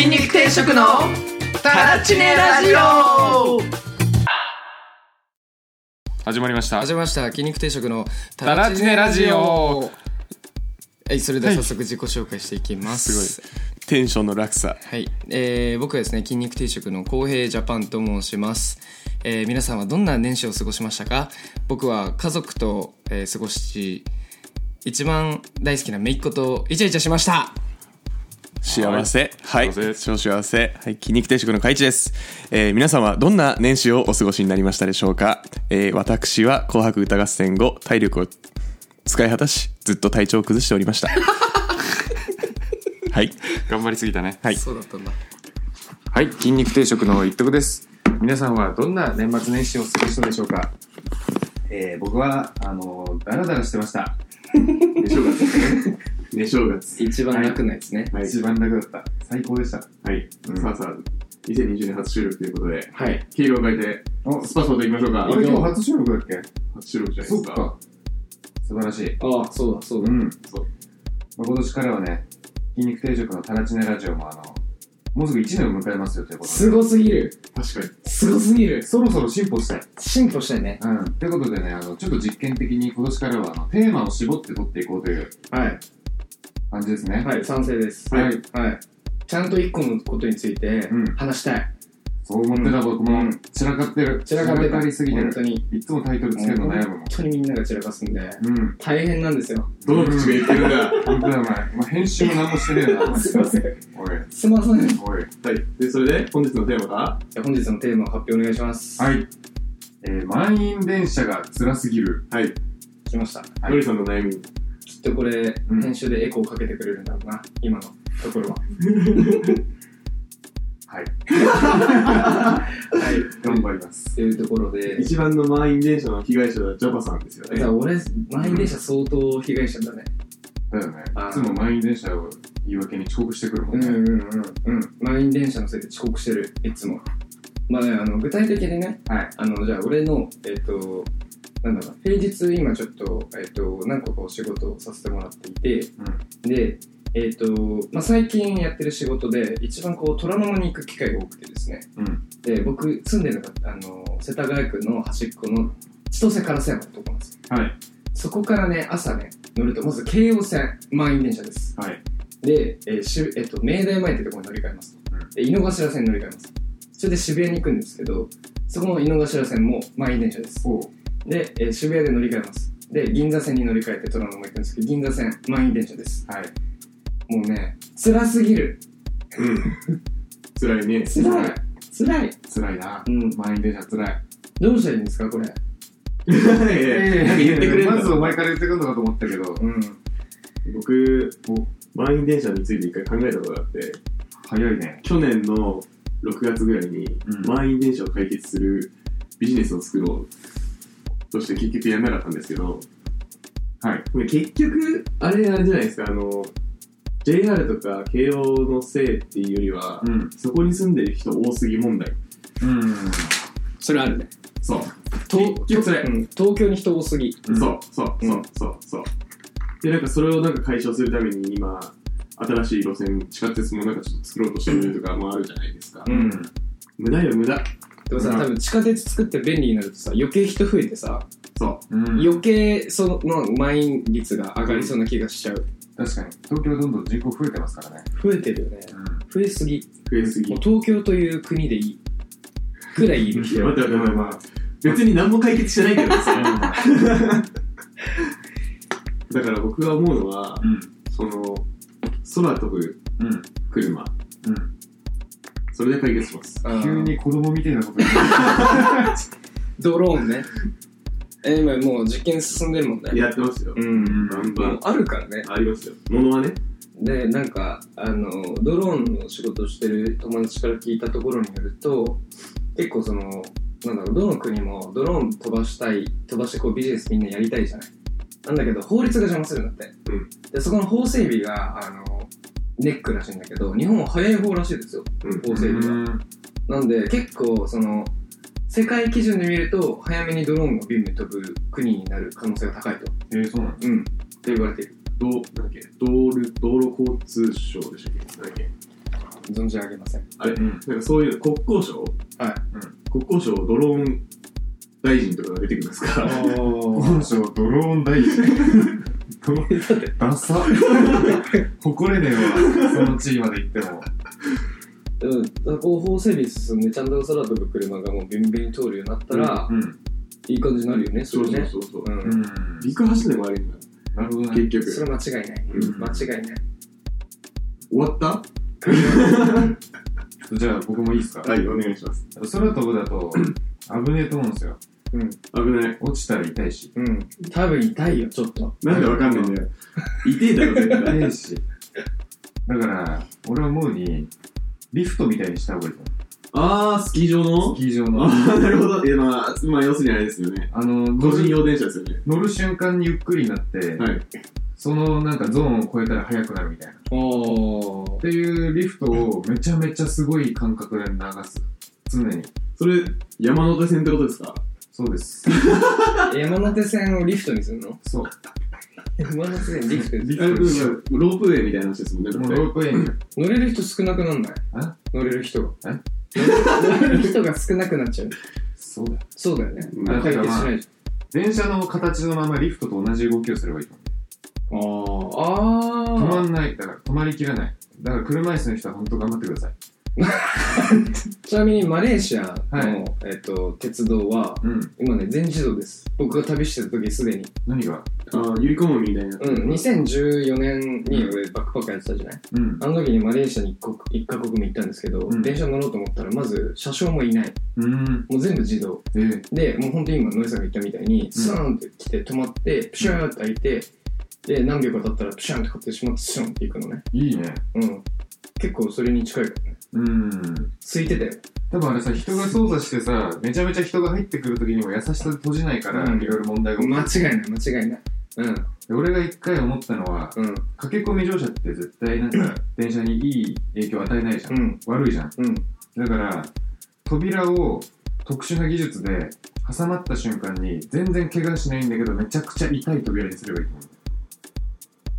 食のタラチネラジオ始まりました始めました筋肉定食のタラチネラジオはいそれでは早速自己紹介していきます、はいすテンションの落差はい、えー僕はですね筋肉定食の公平ジャパンと申します、えー皆さんはどんな年始を過ごしましたか僕は家族と、えー過ごし一番大好きな姪っ子とイチャイチャしました幸せ。ははいい。幸せ超幸せ。はい。筋肉定食の海地です。えー皆さんはどんな年始をお過ごしになりましたでしょうかえー私は紅白歌合戦後、体力を使い果たし、ずっと体調を崩しており ました。はい。頑張りすぎたねはいそうだったんだはい筋肉定食の一徳です皆さんはどんな年末年始を過ごしたでしょうかえー、僕は、あのダラダラしてました。寝正月ですね。寝正月。一番楽なやつね、はい、一番楽だった。最高でした。はい、うんさあさあ、2020年初収録ということで、はい。経路を変えて、お、スパスパといきましょうか。俺今日初収録だっ初収録じゃけないですか。。素晴らしい。ああそうだそううん。そうまあ、今年からはね、筋肉定食のタラチネラジオもあの、もうすぐ1年を迎えますよということで。すごすぎる確かすごすぎるそろそろ進歩したい。進歩したいねうん。ということでね、あの、ちょっと実験的に今年からは、あの、テーマを絞って撮っていこうというはい感じですね。はい賛成ですはいはいちゃんと一個のことについてうん話したい、そう思ってた僕も、うん散らかってる。散らかってたりすぎて本る当。にいつもタイトルつけるの悩むもん本。当にみんなが散らかすんでうん。大変なんですよに。どの口が言ってるんだ。 は本当だよ、お前。お前編集も何もしてね えな、お前。すいませんおい、すいませんじおい。い。で、それで、本日のテーマが、ゃあ本日のテーマを発表お願いしますはい。えー、満員電車が辛すぎる。はい、来ましたはいのりさんの悩み。きっとこれ、うん編集でエコーかけてくれるんだろうな今のところは はい。はい頑張ります。というところで一番の満員電車の被害者はジャパさんですよだかね。ら俺満員電車相当被害者だねだよねあー。いつも満員電車を言い訳に遅刻してくるもうんんね。うんうんうん満員電車のせいで遅刻してるいつもまあねあの具体的にね、はいあのじゃあ俺のえっ、となんだろうな平日今ちょっと,、えっと何個かお仕事をさせてもらっていて、でえっ、と、まあ、最近やってる仕事で一番こう虎ノ門に行く機会が多くてですね、うんで僕住んでるのがあの世田谷区の端っこの千歳烏山のとこなんですよはいそこからね朝ね乗るとまず京王線満員電車ですはい。で、えーしえっと明大前ってところに乗り換えますと、うんで井の頭線に乗り換えますそれで渋谷に行くんですけどそこの井の頭線も満員電車ですおう。で、えー渋谷で乗り換えますで銀座線に乗り換えて虎ノ門行くんですけど銀座線満員電車ですはい。もうね辛すぎる辛いね。辛 い辛い辛いな。うん満員電車辛い。どうしたらいいんですかこれええなんか言ってくれるんだまずお前から言ってくるのかと思ったけど、うん僕、満員電車について一回考えたことがあって、早いね。去年の6月ぐらいにうん満員電車を解決するビジネスを作ろうとして結局やらなかったんですけど、はい。これ結局、あれあれじゃないですか、あの、JR とか慶応のせいっていうよりは、うん。そこに住んでる人多すぎ問題。うん。それあるねそう、東結局それうん、東京に人多すぎうんそう、そう、うんそう、そう、そう。で、なんかそれをなんか解消するために今、新しい路線、地下鉄もなんかちょっと作ろうとしてるとかもあるじゃないですか。うん無駄よ、無駄。でもさうん多分地下鉄作って便利になるとさ余計人増えてさそう。うん。余計その満員率が上がりそうな気がしちゃう確かに。東京どんどん人口増えてますからね。増えてるよね増えすぎ増えすぎもう。東京という国でいいくらいいるいや人待って待って待って待って別に何も解決してないけど さだから僕が思うのはうん。その空飛ぶうん。うん。車うん。それで解決しますあー急に子供みたいなこと言ってるドローンねえ今もう実験進んでるもんねやってますようんバンバもうンあるからねありますよものはねでなんかあのドローンの仕事をしてる友達から聞いたところによると結構そのなんだろうどの国もドローン飛ばしたい飛ばしてこうビジネスみんなやりたいじゃないなんだけど法律が邪魔するんだって、うんでそこの法整備があのネックらしいんだけど日本は早い方らしいですようん法整備が、なんで結構その世界基準で見ると早めにドローンがビュンビュン飛ぶ国になる可能性が高いと、えー、そうなのうん、って言われているどうなんだっけ道路道路交通省でしたっけなんだっけ存じ上げません。あれ、うんなんかそういう国交省はい。国交省ドローン大臣とかが出てきますから。 本省ドローン大臣。ダサ。誇れねえわ。その地位まで行っても。うん、だからこう法整備進んで、ちゃんと空飛ぶ車がもうビンビン通るようになったら、うん。いい感じになるよね、そうれそうね。そうそう。うん。うん。陸走ってもあれんだ。なるほどね。結局。それは間違いない。うん間違いない。終わっじゃあ僕もいいですかたはい、お願いします。空飛ぶだ と危ねえと思うんですよ。危ない。落ちたら痛いし。うん。多分痛いよ、ちょっ と。なんでわかんないんだよ。痛えだろ、絶 対。痛いし。だから、俺は思うに、リフトみたいにした方がいいとあー、スキー場思のう。スキー場の。あー、なるほど。いや、まあ、まあ、要するにあれですよね。あの、個乗人る用電車ですよね。乗る瞬間にゆっくりになって、はい。そのなんかゾーンを超えたら速くなるみたいな。っおー。ていうリフトをめちゃめちゃすごい感覚で流す。常に。それ、山手線ってことですかそうです。山手線をリフトにするのそう。 山手線リフトにあれ、うんロープウェイみたいな話ですもんね。もうだってロープウェイに。乗れる人少なくなんない乗れる人が。え乗れる人が少なくなっちゃう。そうだ。そうだよね。うん解決しないじ電車の形のままリフトと同じ動きをすればいいと思う。ゃん。あー。止まあー。んない。だから止まりきらない。だから車椅子の人は本当頑張ってください。ちなみにマレーシアはいの、えっと、鉄道は、うん。今ね、全自動です。僕が旅してた時すでに。何があー、ゆりこもみたいな。うん、2014年に俺バックパッカーやってたじゃないうん。あの時にマレーシアに一国一カ国目行ったんですけど、うん電車乗ろうと思ったらまず車掌もいない。うん。もう全部自動。ええ。で、もう本当に今、ノリさんが言ったみたいに、スーンって来て止まって、プシューって開いて、で、何秒か経ったらプシューンって買ってしまって、シューンって行くのね。いいね。うん。結構それに近いからね。うん。空いてたよ。多分あれさ、人が操作してさ、めちゃめちゃ人が入ってくるときにも優しさで閉じないから、うんいろいろ問題が起き間違る。いない、間違いない。うん、で俺が一回思ったのは、うん、駆け込み乗車って絶対なんか電車にいい影響を与えないじゃん、うん、悪いじゃんうん。だから扉を特殊な技術で挟まった瞬間に全然怪我しないんだけどめちゃくちゃ痛い扉にすればいいと思う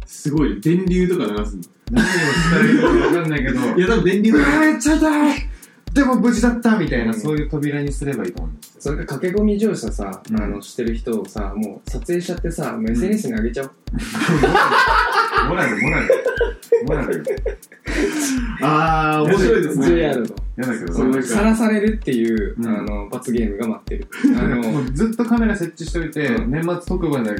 すごい、電流とか流すんだ。何をしたらいいのか分かんないけどいや、多分電流うとわか。めっちゃ痛いでも無事だったみたいな、そういう扉にすればいいと思うんですよそれか駆け込み乗車さ、うんあの、してる人をさ、もう撮影しちゃってさ、もう SNS に上げちゃおう。モラルモラルモラルあー、面白いですね。 JR の。嫌だけどそのさなんかさらされるっていう、うんあの、罰ゲームが待ってる。あの、もうずっとカメラ設置しといて、うん年末特番で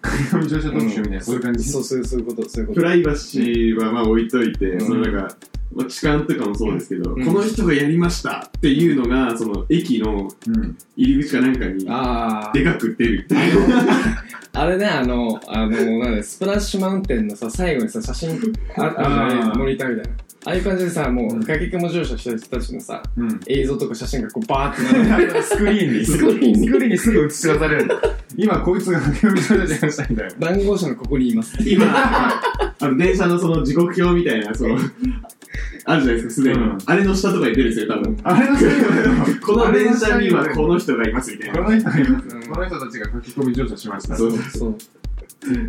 駆け込み乗車特集みたいな、そういう感じそう、そうそういうこと、そういうこプと。ライバシーはまあ置いといて、うんそのなんか、まあ、痴漢とかもそうですけど、うんこの人がやりましたっていうのが、その駅のうん入り口かなんかに、あーでかく出るって いう。あれね、あの、あの、なんだスプラッシュマウンテンのさ、最後にさ、写真ああるじゃあなーいモニターみたいな。ああいう感じでさ、もうんう、崖雲乗車した人たちのさ、うん映像とか写真がこう、バーってなる。スクリーンに。スクリーンにスクリーンにすぐ映し出されるんだ。今、こいつが駆け込み乗車したいんだよ。談合者のここにいます。今、あの電車のその時刻表みたいな、その、あるじゃないですか、すでに。うんあれの下とかに出るんですよ、多分。あれのせいだ よ。この電車にはこの人がいますみたいこな。の人がいます。この人たちが駆け込み乗車しました。そう絶そう。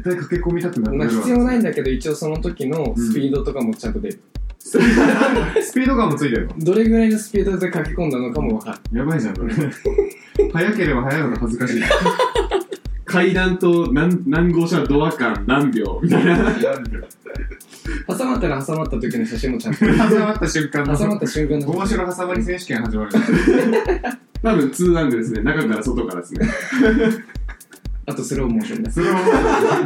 対駆け込みたくなまあ、るわ必要ないんだけど、一応その時のスピードとかもちゃんと出る。スピード感もついてるの。どれぐらいのスピードで書き込んだのかもわかる。やばいじゃん、これ。早ければ早いほど恥ずかしい。階段と何何号車のドア間何秒みたいな。挟まったら挟まった時の写真もちゃんと。挟まった瞬間の。挟まった瞬間の。面白挟まり選手権始まる。多分2なんでですね、中から外からですね。あとスローモーションです。それは、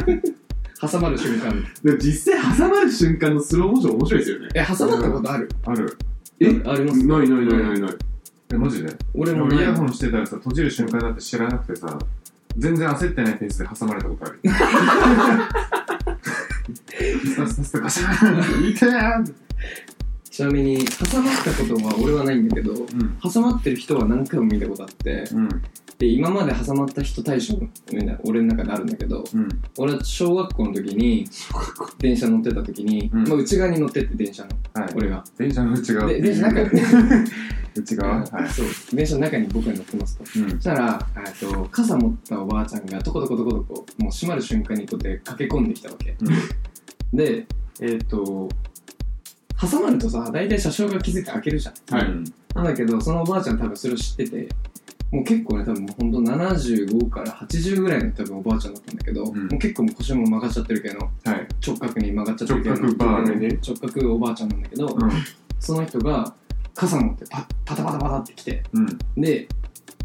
挟まる瞬間。でも実際挟まる瞬間のスローモーション面白いですよね。え、挟まったことあるある。えありますないないないないない。え、マジで俺も俺イねヤ、ホンしてたらさ、閉じる瞬間だって知らなくてさ、全然焦ってないペースで挟まれたことある。スタスタスタガシャーン痛ーんちなみに、挟まったことは俺はないんだけど、ん挟まってる人は何回も見たことあって、うん、で、今まで挟まった人対象の俺の中であるんだけど、うん、俺は小学校の時に、電車乗ってた時に、うんまあ内側に乗ってって電車の、はい。俺が。電車の内側。で、電車の中に、内側はい。そう、電車の中に僕が乗ってますと。うんそしたら、えっと、傘持ったおばあちゃんが、とことことことこ、もう閉まる瞬間にこうやって駆け込んできたわけ。で、えっ、と、挟まるとさ、大体車掌が気づいて開けるじゃん。はいうんなんだけど、そのおばあちゃん多分それを知ってて、もう結構ね、多分ほんと75から80ぐらいの多分おばあちゃんだったんだけど、んもう結構もう腰も曲がっちゃってるけど、はい直角に曲がっちゃってるけど、直角バーね直角おばあちゃんなんだけど、うんその人が傘持ってパパタパタパタって来て、うんで、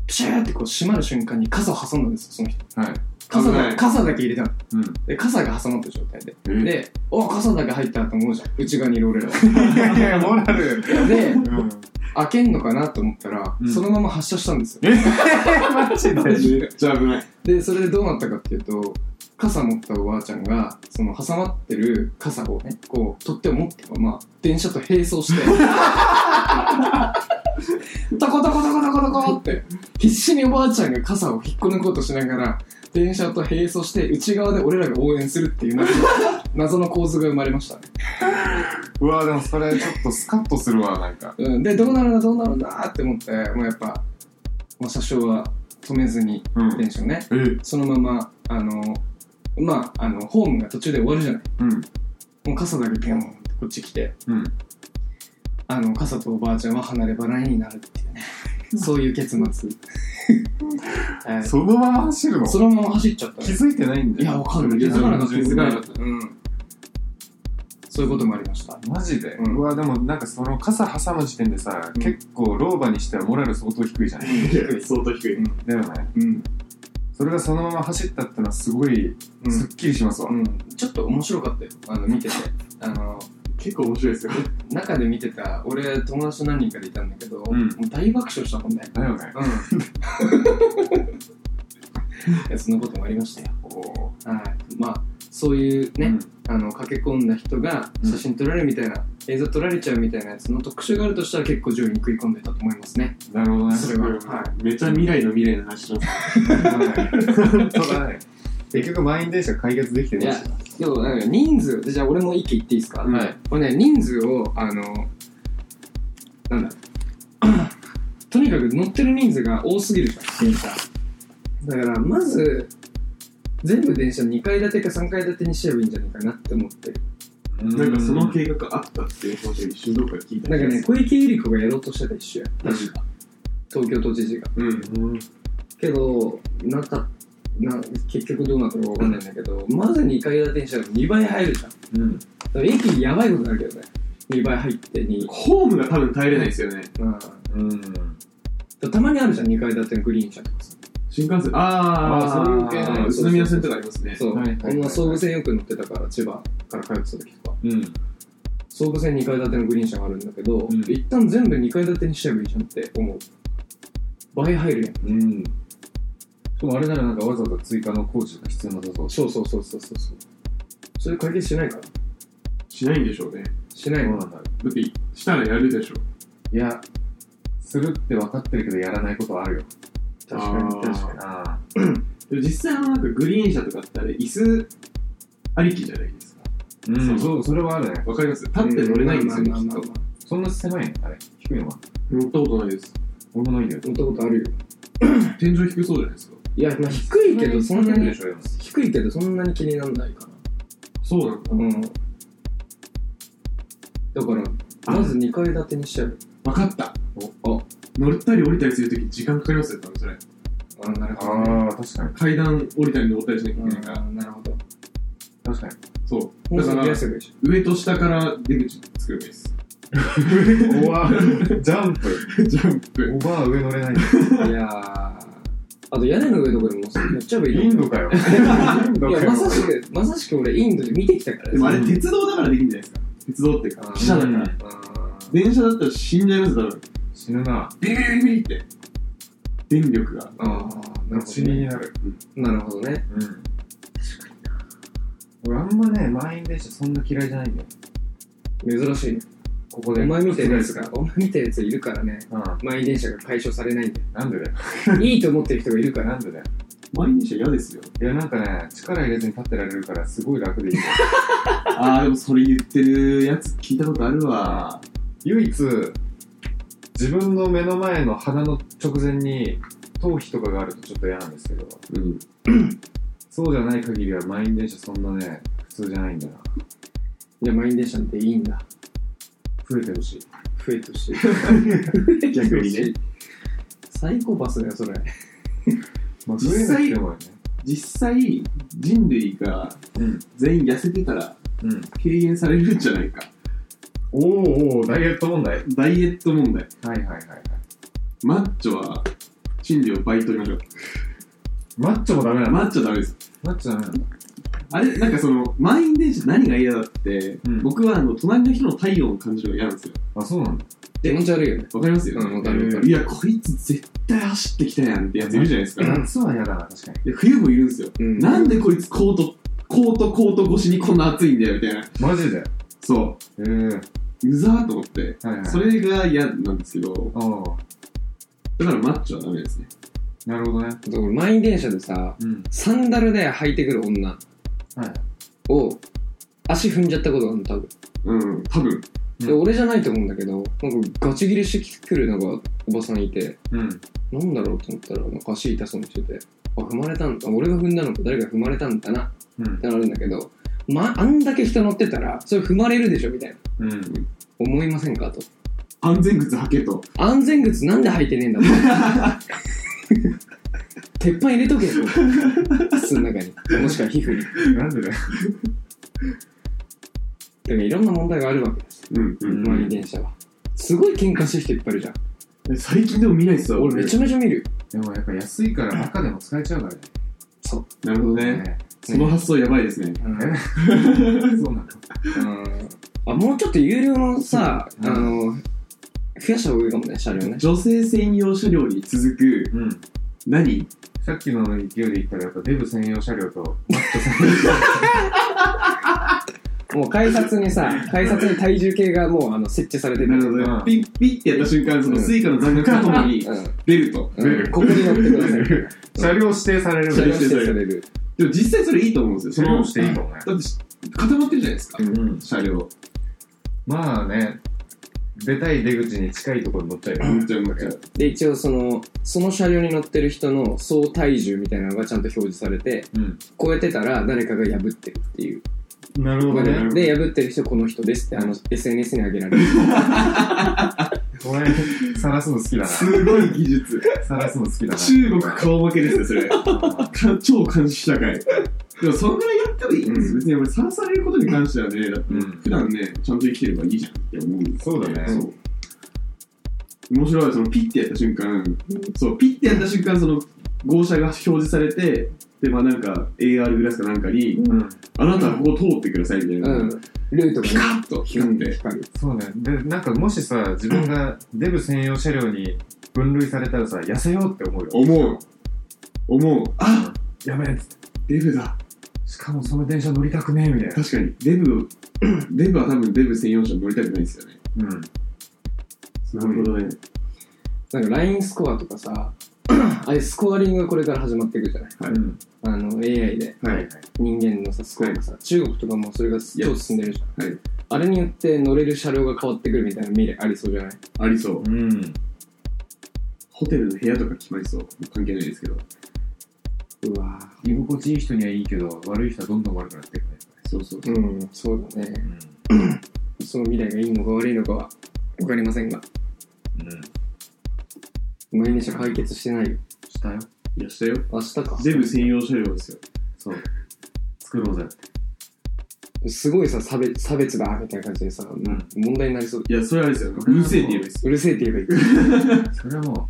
ピシャーってこう閉まる瞬間に傘を挟んだんですよ、その人。はい傘危なだい傘だけ入れたの。うんで、傘が挟まった状態で。えで、お傘だけ入ったと思うじゃん。内側にいる俺らは。いやいやモラルで、うん開けんのかなと思ったら、うんそのまま発射したんですよ。マジでめっちゃ危ない。で、それでどうなったかっていうと、傘持ったおばあちゃんが、その挟まってる傘をね、こう、取って持って、まあ、電車と並走して、 トコトコトコトコトコって、必死におばあちゃんが傘を引っこ抜こうとしながら、電車と並走して、内側で俺らが応援するっていう謎の謎の構図が生まれましたね。うわでもそれちょっとスカッとするわなんかうん、で、どうなるんだ、どうなるんだって思って、もうやっぱ、もう車掌は止めずに、うん電車をね、えそのまま、あの、まあ、あの、ホームが途中で終わるじゃない。うんもう傘だけピョンってこっち来て、うんあの、傘とおばあちゃんは離れ離れになるっていうね。そういう結末。はいそのまま走るのそのまま走っちゃった気ね。づいてないんいだや、よわかんない。気気づづかかななかっかったたでですすねね。うん。そういうこともありました。マジで、ううんわでもなんかその傘挟む時点でさ、うん結構老婆にしてはモラル相当低いじゃない、相当低い。だよねうん。それがそのまま走ったってのはすごいうんすっきりしますわ、うん。ちょっと面白かったよ。あの、見てて。あの、結構面白いですよ。中で見てた、俺、友達と何人かでいたんだけど、んもう大爆笑したもんね。だよねうん。 いやそんなこともありましたよ。おはい。まあ、そういうね、あの、駆け込んだ人が写真撮られるみたいな、映像撮られちゃうみたいなやつの特集があるとしたら結構上位に食い込んでたと思いますね。なるほど ねそれは。はい。めっちゃ未来の未来の話します。本当だね結局満員電車解決できてないしでも、なんか人数、じゃあ俺も一気言っていいですか、うんはいこれね、人数を、あの、なんだ、 とにかく乗ってる人数が多すぎるじゃん、電車。だから、まず、全部電車2階建てか3階建てにしちゃえばいいんじゃないかなって思ってる。なんかその計画あったっていう話を一瞬どっかで聞いたなん気かがね、す小池百合子がやろうとしてた一緒や。うん確か。東京都知事が。るうんけど、なかな結局どうなったのかわかんないんだけど、まず2階建てにしたら2倍入るじゃん。うんだから駅やばいことになるけどね。2倍入って2。ホームが多分耐えれないですよね。うんだかうんらたまにあるじゃん、2階建てのグリーン車とかさ。新幹線、あああ、ーそういう系なの宇都宮線とかありますね。そう。はいはいはい俺は総武線よく乗ってたから、千葉から通ってた時とか。うん総武線2階建てのグリーン車があるんだけど、ん一旦全部2階建てにしちゃえばいいじゃんって思う。倍入るやん。うんでもあれならなんかわざわざ追加の工事が必要なさそうそうそうそうそうそうそう。それ解決しないから。しないんでしょうね。だしないどのうなんだろって、したらやるでしょうう。いやするって分かってるけどやらないことはあるよ確かにあー確かああでも実際はなんかグリーン車とかってあれ、椅子ありきじゃないですか。うん、そそううそれはあるね。わかります立に。って乗れないんですまあよ、きまあっまあとまあ。そんな狭いのあれ。低いのは。乗ったことないです。俺もないんだよ。乗ったことあるよ。天井低そうじゃないですか。いや、まあ、低いけど、そんなでに、しょ、でも低いけど、そんなに気にならないかそうなのな。うん。だから、まず2階建てにしちゃう。わかった。おあ、乗ったり降りたりするとき時間かかりますよ、多分それ。あ、なるほど、ね。ああ、確かに。階段降りたり登ったりしなきゃいけないから。なるほど。確かに。そう。本だ数か増らや、せばいいでし上と下から出口作ればいいです。おわ、ジャンプ。ジャンプ。おばあ上乗れ ない。ょ。いやー。あと屋根の上とかでも乗っちゃえばいいのインドかよ。インドいかや、よま。さしく、まさしく俺インドで見てきたからでもあれうん鉄道だからできるんじゃないですか。鉄道っていうか、あー汽車だから。電車だったら死んじゃいます、多分。死ぬな。ビリビリビリビリって。電力が。あーあー、なるほ死ど、にね。なる。なるほどね。うん。確かに俺あんまね、満員電車そんな嫌いじゃないんだよ。珍しいね。ここおで。前みたいなやつが、お前みたいなやついるからね。うん。満員電車が解消されないんで。なんでだよ。いいと思ってる人がいるから。なんでだよ。毎日は嫌ですよ。いや、なんかね、力入れずに立ってられるから、すごい楽でいいんだ よ。ああ、でもそれ言ってるやつ聞いたことあるわ。唯一自分の目の前の鼻の直前に頭皮とかがあるとちょっと嫌なんですけどうん。そうじゃない限りは満員電車そんなね普通じゃないんだないや、満員電車なんていいんだ。増えてほしい。増えてほしい。逆にね。サイコパスだよ、それ。まあ、実際増えなくてもね。実際、人類がうん。全員痩せてたらうん。軽減されるんじゃないか。おーおー、ダイエット問題。はいダイエット問題。はいはいはい。マッチョは、賃料倍取りましょう。マッチョもダメなのマッチョダメです。マッチョダメなんだ。あれ、なんかその、満員電車何が嫌だって、うん僕はあの、隣の人の体温を感じるのが嫌なんですよ。あ、そうなんだ。気持ち悪いよね。わかりますよ、うんわかるわかいや、こいつ絶対走ってきたやんってやついるじゃないですか。夏は嫌だな、確かに。で冬もいるんですよ。うんなんでこいつコート、コートコート越しにこんな暑いんだよ、みたいな。マジで。そええう。うざーと思って。はいはい。それが嫌なんですけど、ああ、だからマッチョはダメですね。なるほどだね。から満員電車でさ、うん。サンダルで履いてくる女はい。を、足踏んじゃったことがあるの、多分。うん、多分。で、うん俺じゃないと思うんだけど、なんかガチギレしてくるなんかおばさんいて、うん。なんだろうと思ったら、なんか足痛そうにしてて、あ、踏まれたんだ、俺が踏んだのか誰が踏まれたんだな、うんって。なるんだけど、ま、あんだけ人乗ってたら、それ踏まれるでしょ、みたいな。うん。思いませんかと。安全靴履けと。安全靴なんで履いてねえんだと。 鉄板入れとけと。靴の中に。もしくは皮膚に。なんでだよ。でもいろんな問題があるわけです。うん、ううんん。満員電車は。すごい喧嘩してる人いっぱいいるじゃん。最近でも見ないっすよ。俺めちゃめちゃ見る。でもやっぱ安いから赤でも使えちゃうからね。なるほどね。ねその発想やばいですね。 うんえそうなの。あもうちょっと有料のさ、うんあの、増やした方がいいかもね、車両ね。女性専用車両に続く、うん。何さっきの勢いで言ったらやっぱデブ専用車両と、もう改札にさ、改札に体重計がもうあの設置されてる。なるほどうねん。ピッピッってやった瞬間、そのスイカの残額ととも にうん出ると。うん出るここに乗ってください。 車両指定されるん車だ両よ指定される。でも実際それいいと思うんです車よ。両指そ定いいのかもね。だってし固まってるじゃないですか。うん。車両。まあね、出たい出口に近いところに乗っちゃうよめね。っちゃめっちゃ。で、一応その、その車両に乗ってる人の総体重みたいなのがちゃんと表示されて、うん。超えてたら誰かが破ってるっていう。なるほどね。で、破ってる人この人ですって、あの、SNS に上げられる。これ、晒すの好きだすごい技術。な。晒すの好きだな。中国顔負けですよ、それ。か超監視社会。でも、そんぐらいやってもいいんですよ。別に俺、さらされることに関してはね、だって、うん普段ね、ちゃんと生きてればいいじゃんって思うんですそうだねそう。面白い、その、ピッてやった瞬間、そう、ピッてやった瞬間、その、号車が表示されて、で、まあなんか、AR グラスかなんかに、うん。あなたはここ通ってくださいみたいな。うん。ルートがピねカッと光って。光る。そうね。で、なんかもしさ、自分がデブ専用車両に分類されたらさ、痩せようって思うよ。思う。思う。あやべえっつって。デブだ。しかもその電車乗りたくねえみたいな。確かに。デブ、 デブは多分デブ専用車乗りたくないですよね。うん。なるほどね。なんか LINE スコアとかさ、あれスコアリングがこれから始まっていくじゃないうん。あの AI ではい。人間のさスコアがさ、中国とかもそれが超進んでるじゃん、はいあれによって乗れる車両が変わってくるみたいな未来ありそうじゃないありそう。うん。ホテルの部屋とか決まりそう。関係ないですけど。うわ居心地いい人にはいいけど、悪い人はどんどん悪くなっていくね。そうそう。うんそうだねうん。その未来がいいのか悪いのかは分かりませんがうん。毎日解決してないよしたよ。いや、したよ。明日かデブ専用車両ですよ。そう。作ろうぜって。すごいさ差別差別だみたいな感じでさ、問題になりそういや、それはあれですよ。うるせえって言えばいいです。うるせえって言えばいいそれはも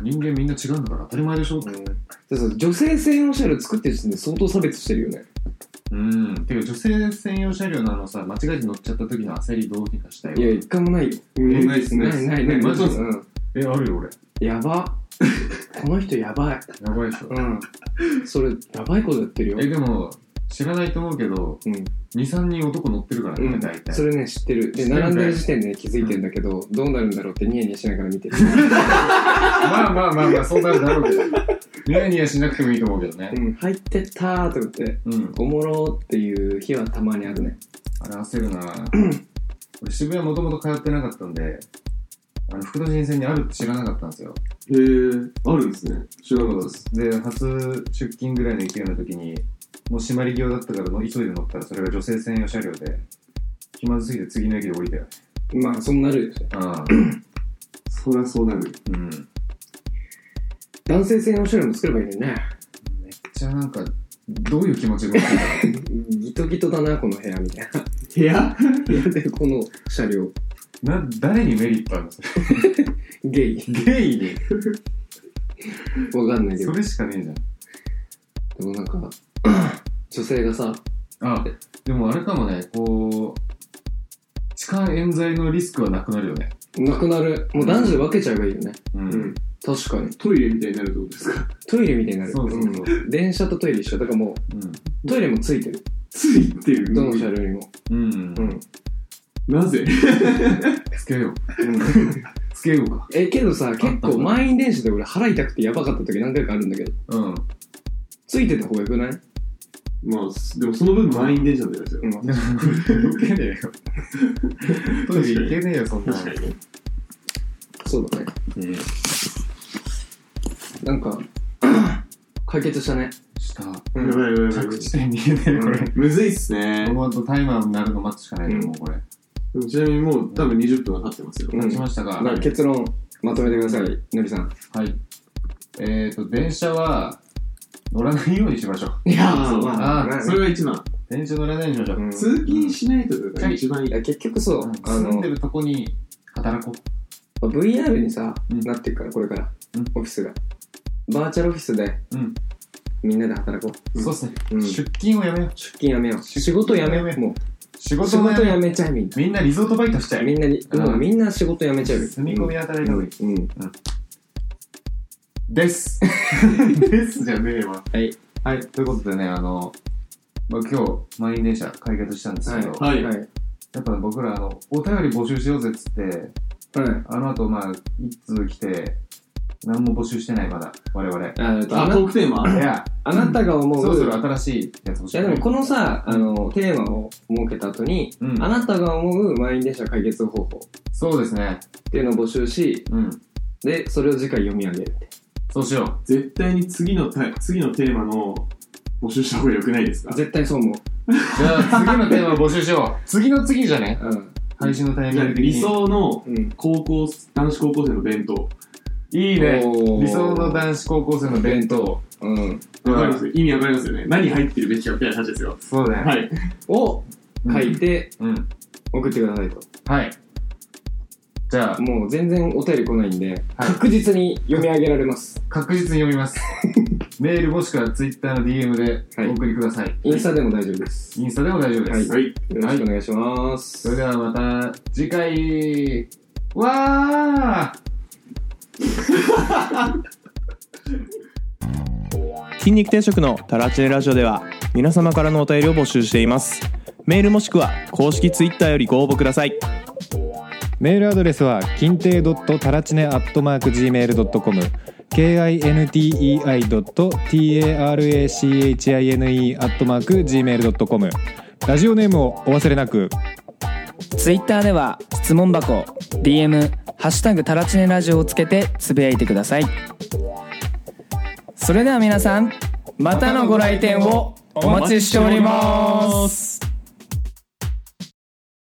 う、人間みんな違うんだから当たり前でしょうんだからさ女性専用車両作ってる時点で相当差別してるよねうん。てか女性専用車両のあのさ、間違えて乗っちゃった時の焦りどうにかしたいいやよ。一回もないようんないっすねないないないねマジですうんえ、あるよ俺。やばこの人やばいやばいでしょ。うんそれやばいことやってるよえ、でも、知らないと思うけど、うん2、3人男乗ってるからうね、ん大、体。それね知ってるで知ってる並んでる時点で気づいてんだけど、どうなるんだろうってニヤニヤしながら見てる、まあまあまあまあ、そうなるだろうけど。ニヤニヤしなくてもいいと思うけどね。うん、入ってったーとかってうん。おもろーっていう日はたまにあるねあれ焦 るな俺渋谷もともと通ってなかったんで、あの、福田新線にあるって知らなかったんですよ。へえ、あるんですね。知らなかったです。で、初出勤ぐらいの勢いの時に、もう締まり際だったからの急いで乗ったら、それが女性専用車両で、気まずすぎて次の駅で降りたよ。まあ、そうなるよね。 ああ、そりゃそうなる。うん。めっ男性性の種類も作ればいいのにね。ちゃなんか、どういう気持ちで乗ってんだろギトギトだな、この部屋みたいな。部屋部屋 で、この車両。うな、誰にメリットある のそゲイ。れゲイに。わかんないけそど。れしかねえじゃん。でもなんか、 女性がさ、あ、でもあれかもね、こう、痴漢冤罪のリスクはなくなるよね。なくなる。もう男女で分けちゃえばいいよね。う。うんん。確かに。トイレみたいになるってことですかトイレみたいになる。そうそうそう。ん電車とトイレ一緒。だからもうう、トイレもついてる。ついてるどの車両にも。ん。うんう。ん。なぜつけよう。つけようか。え、けどさ、結構満員電車で俺腹痛くてやばかった時何回かあるんだけど、 うん。ついてた方がよくないまあ、でもその分満員電車になりますよ。うん。行けねえよ。トイレ行けねえよ、そんなの。確かにね。そうだね。うんなんか、 解決したね。した。うやんばいやばいやば着い地点に言えない、これ。むずいっすね。ロボットタイマーになるの待つしかないと思う、これ。でもちなみにもう多分20分は経ってますよ。うん立ちましたか。まあ結論、まとめてください、のりさん。はい。えっと、電車は乗らないようにしましょう。いやーまあまあそれが一番。電車乗らないようにしましょう。うん通勤しないとかが一番いいい。や結局そう、あ住んので、るとこに働こまあ VR にさ、うんなっていくから、これから、うんオフィスが。バーチャルオフィスで、うんみんなで働こう。そうっすね。う。うん出勤をやめよう。出勤やめよう。出仕事やめよやめう。ようも仕う、仕事もや事めよやめちゃえ、みんう。みんなリゾートバイトしちゃな。え。みんなに、うんもうみんな仕事やめちゃうよ。住み込みで働いた方がいい。うん。うん です。ですじゃねえわ。はい。はい。ということでね、あの、まあ、今日、満員電車解決したんですけど、はい。はい。やっぱ僕ら、あの、お便り募集しようぜっつって、はい。あの後、まあ、一通来て、何も募集してない、まだ、我々。いあえっとあ、あトーなクテーマや、あなたが思そろう、そいろ新しいやつ欲しい。やでもこのさ、あの、テーマを設けた後に、うんあなたが思う満員電車解決方法っそうですね。ていうのを募集し、うん。で、それを次回読み上げる。そうしよ絶対に次のタイ、次のテーマの募集した方が良くないですか絶対そう思う。う。じゃあ、次のテーマ募集 しよう。次の次じゃねうん。配信のタイじミゃあング的に。理想のうん。高校、男子高校生の弁当。いいね。おー理想の男子高校生の弁当。うん。わかります意味わかりますよね。何入ってるべきかみたいな話ですよ。そうだよ。はい。をうん書いてうん。送ってくださいと。はい。じゃあ、もう全然お便り来ないんで、確実に読み上げられます。確実に読みます。メールもしくは Twitter の DM でお送りください。インスタでも大丈夫です。インスタでも大丈夫です。はい。よろしくお願いしまそす。れではまた次回。わー筋肉定食のタラチネラジオでは皆様からのお便りを募集していますメールもしくは公式ツイッターよりご応募くださいメールアドレスは金亭ドットタラチネアットマーク gmail ドットコム k i n t e i ドット t a r a c h i n e アットマーク gmail ドットコムラジオネームをお忘れなく。ツイッターでは質問箱 DM「ハッシュタグタラチネラジオ」をつけてつぶやいてくださいそれでは皆さんまたのご来店をお待ちしております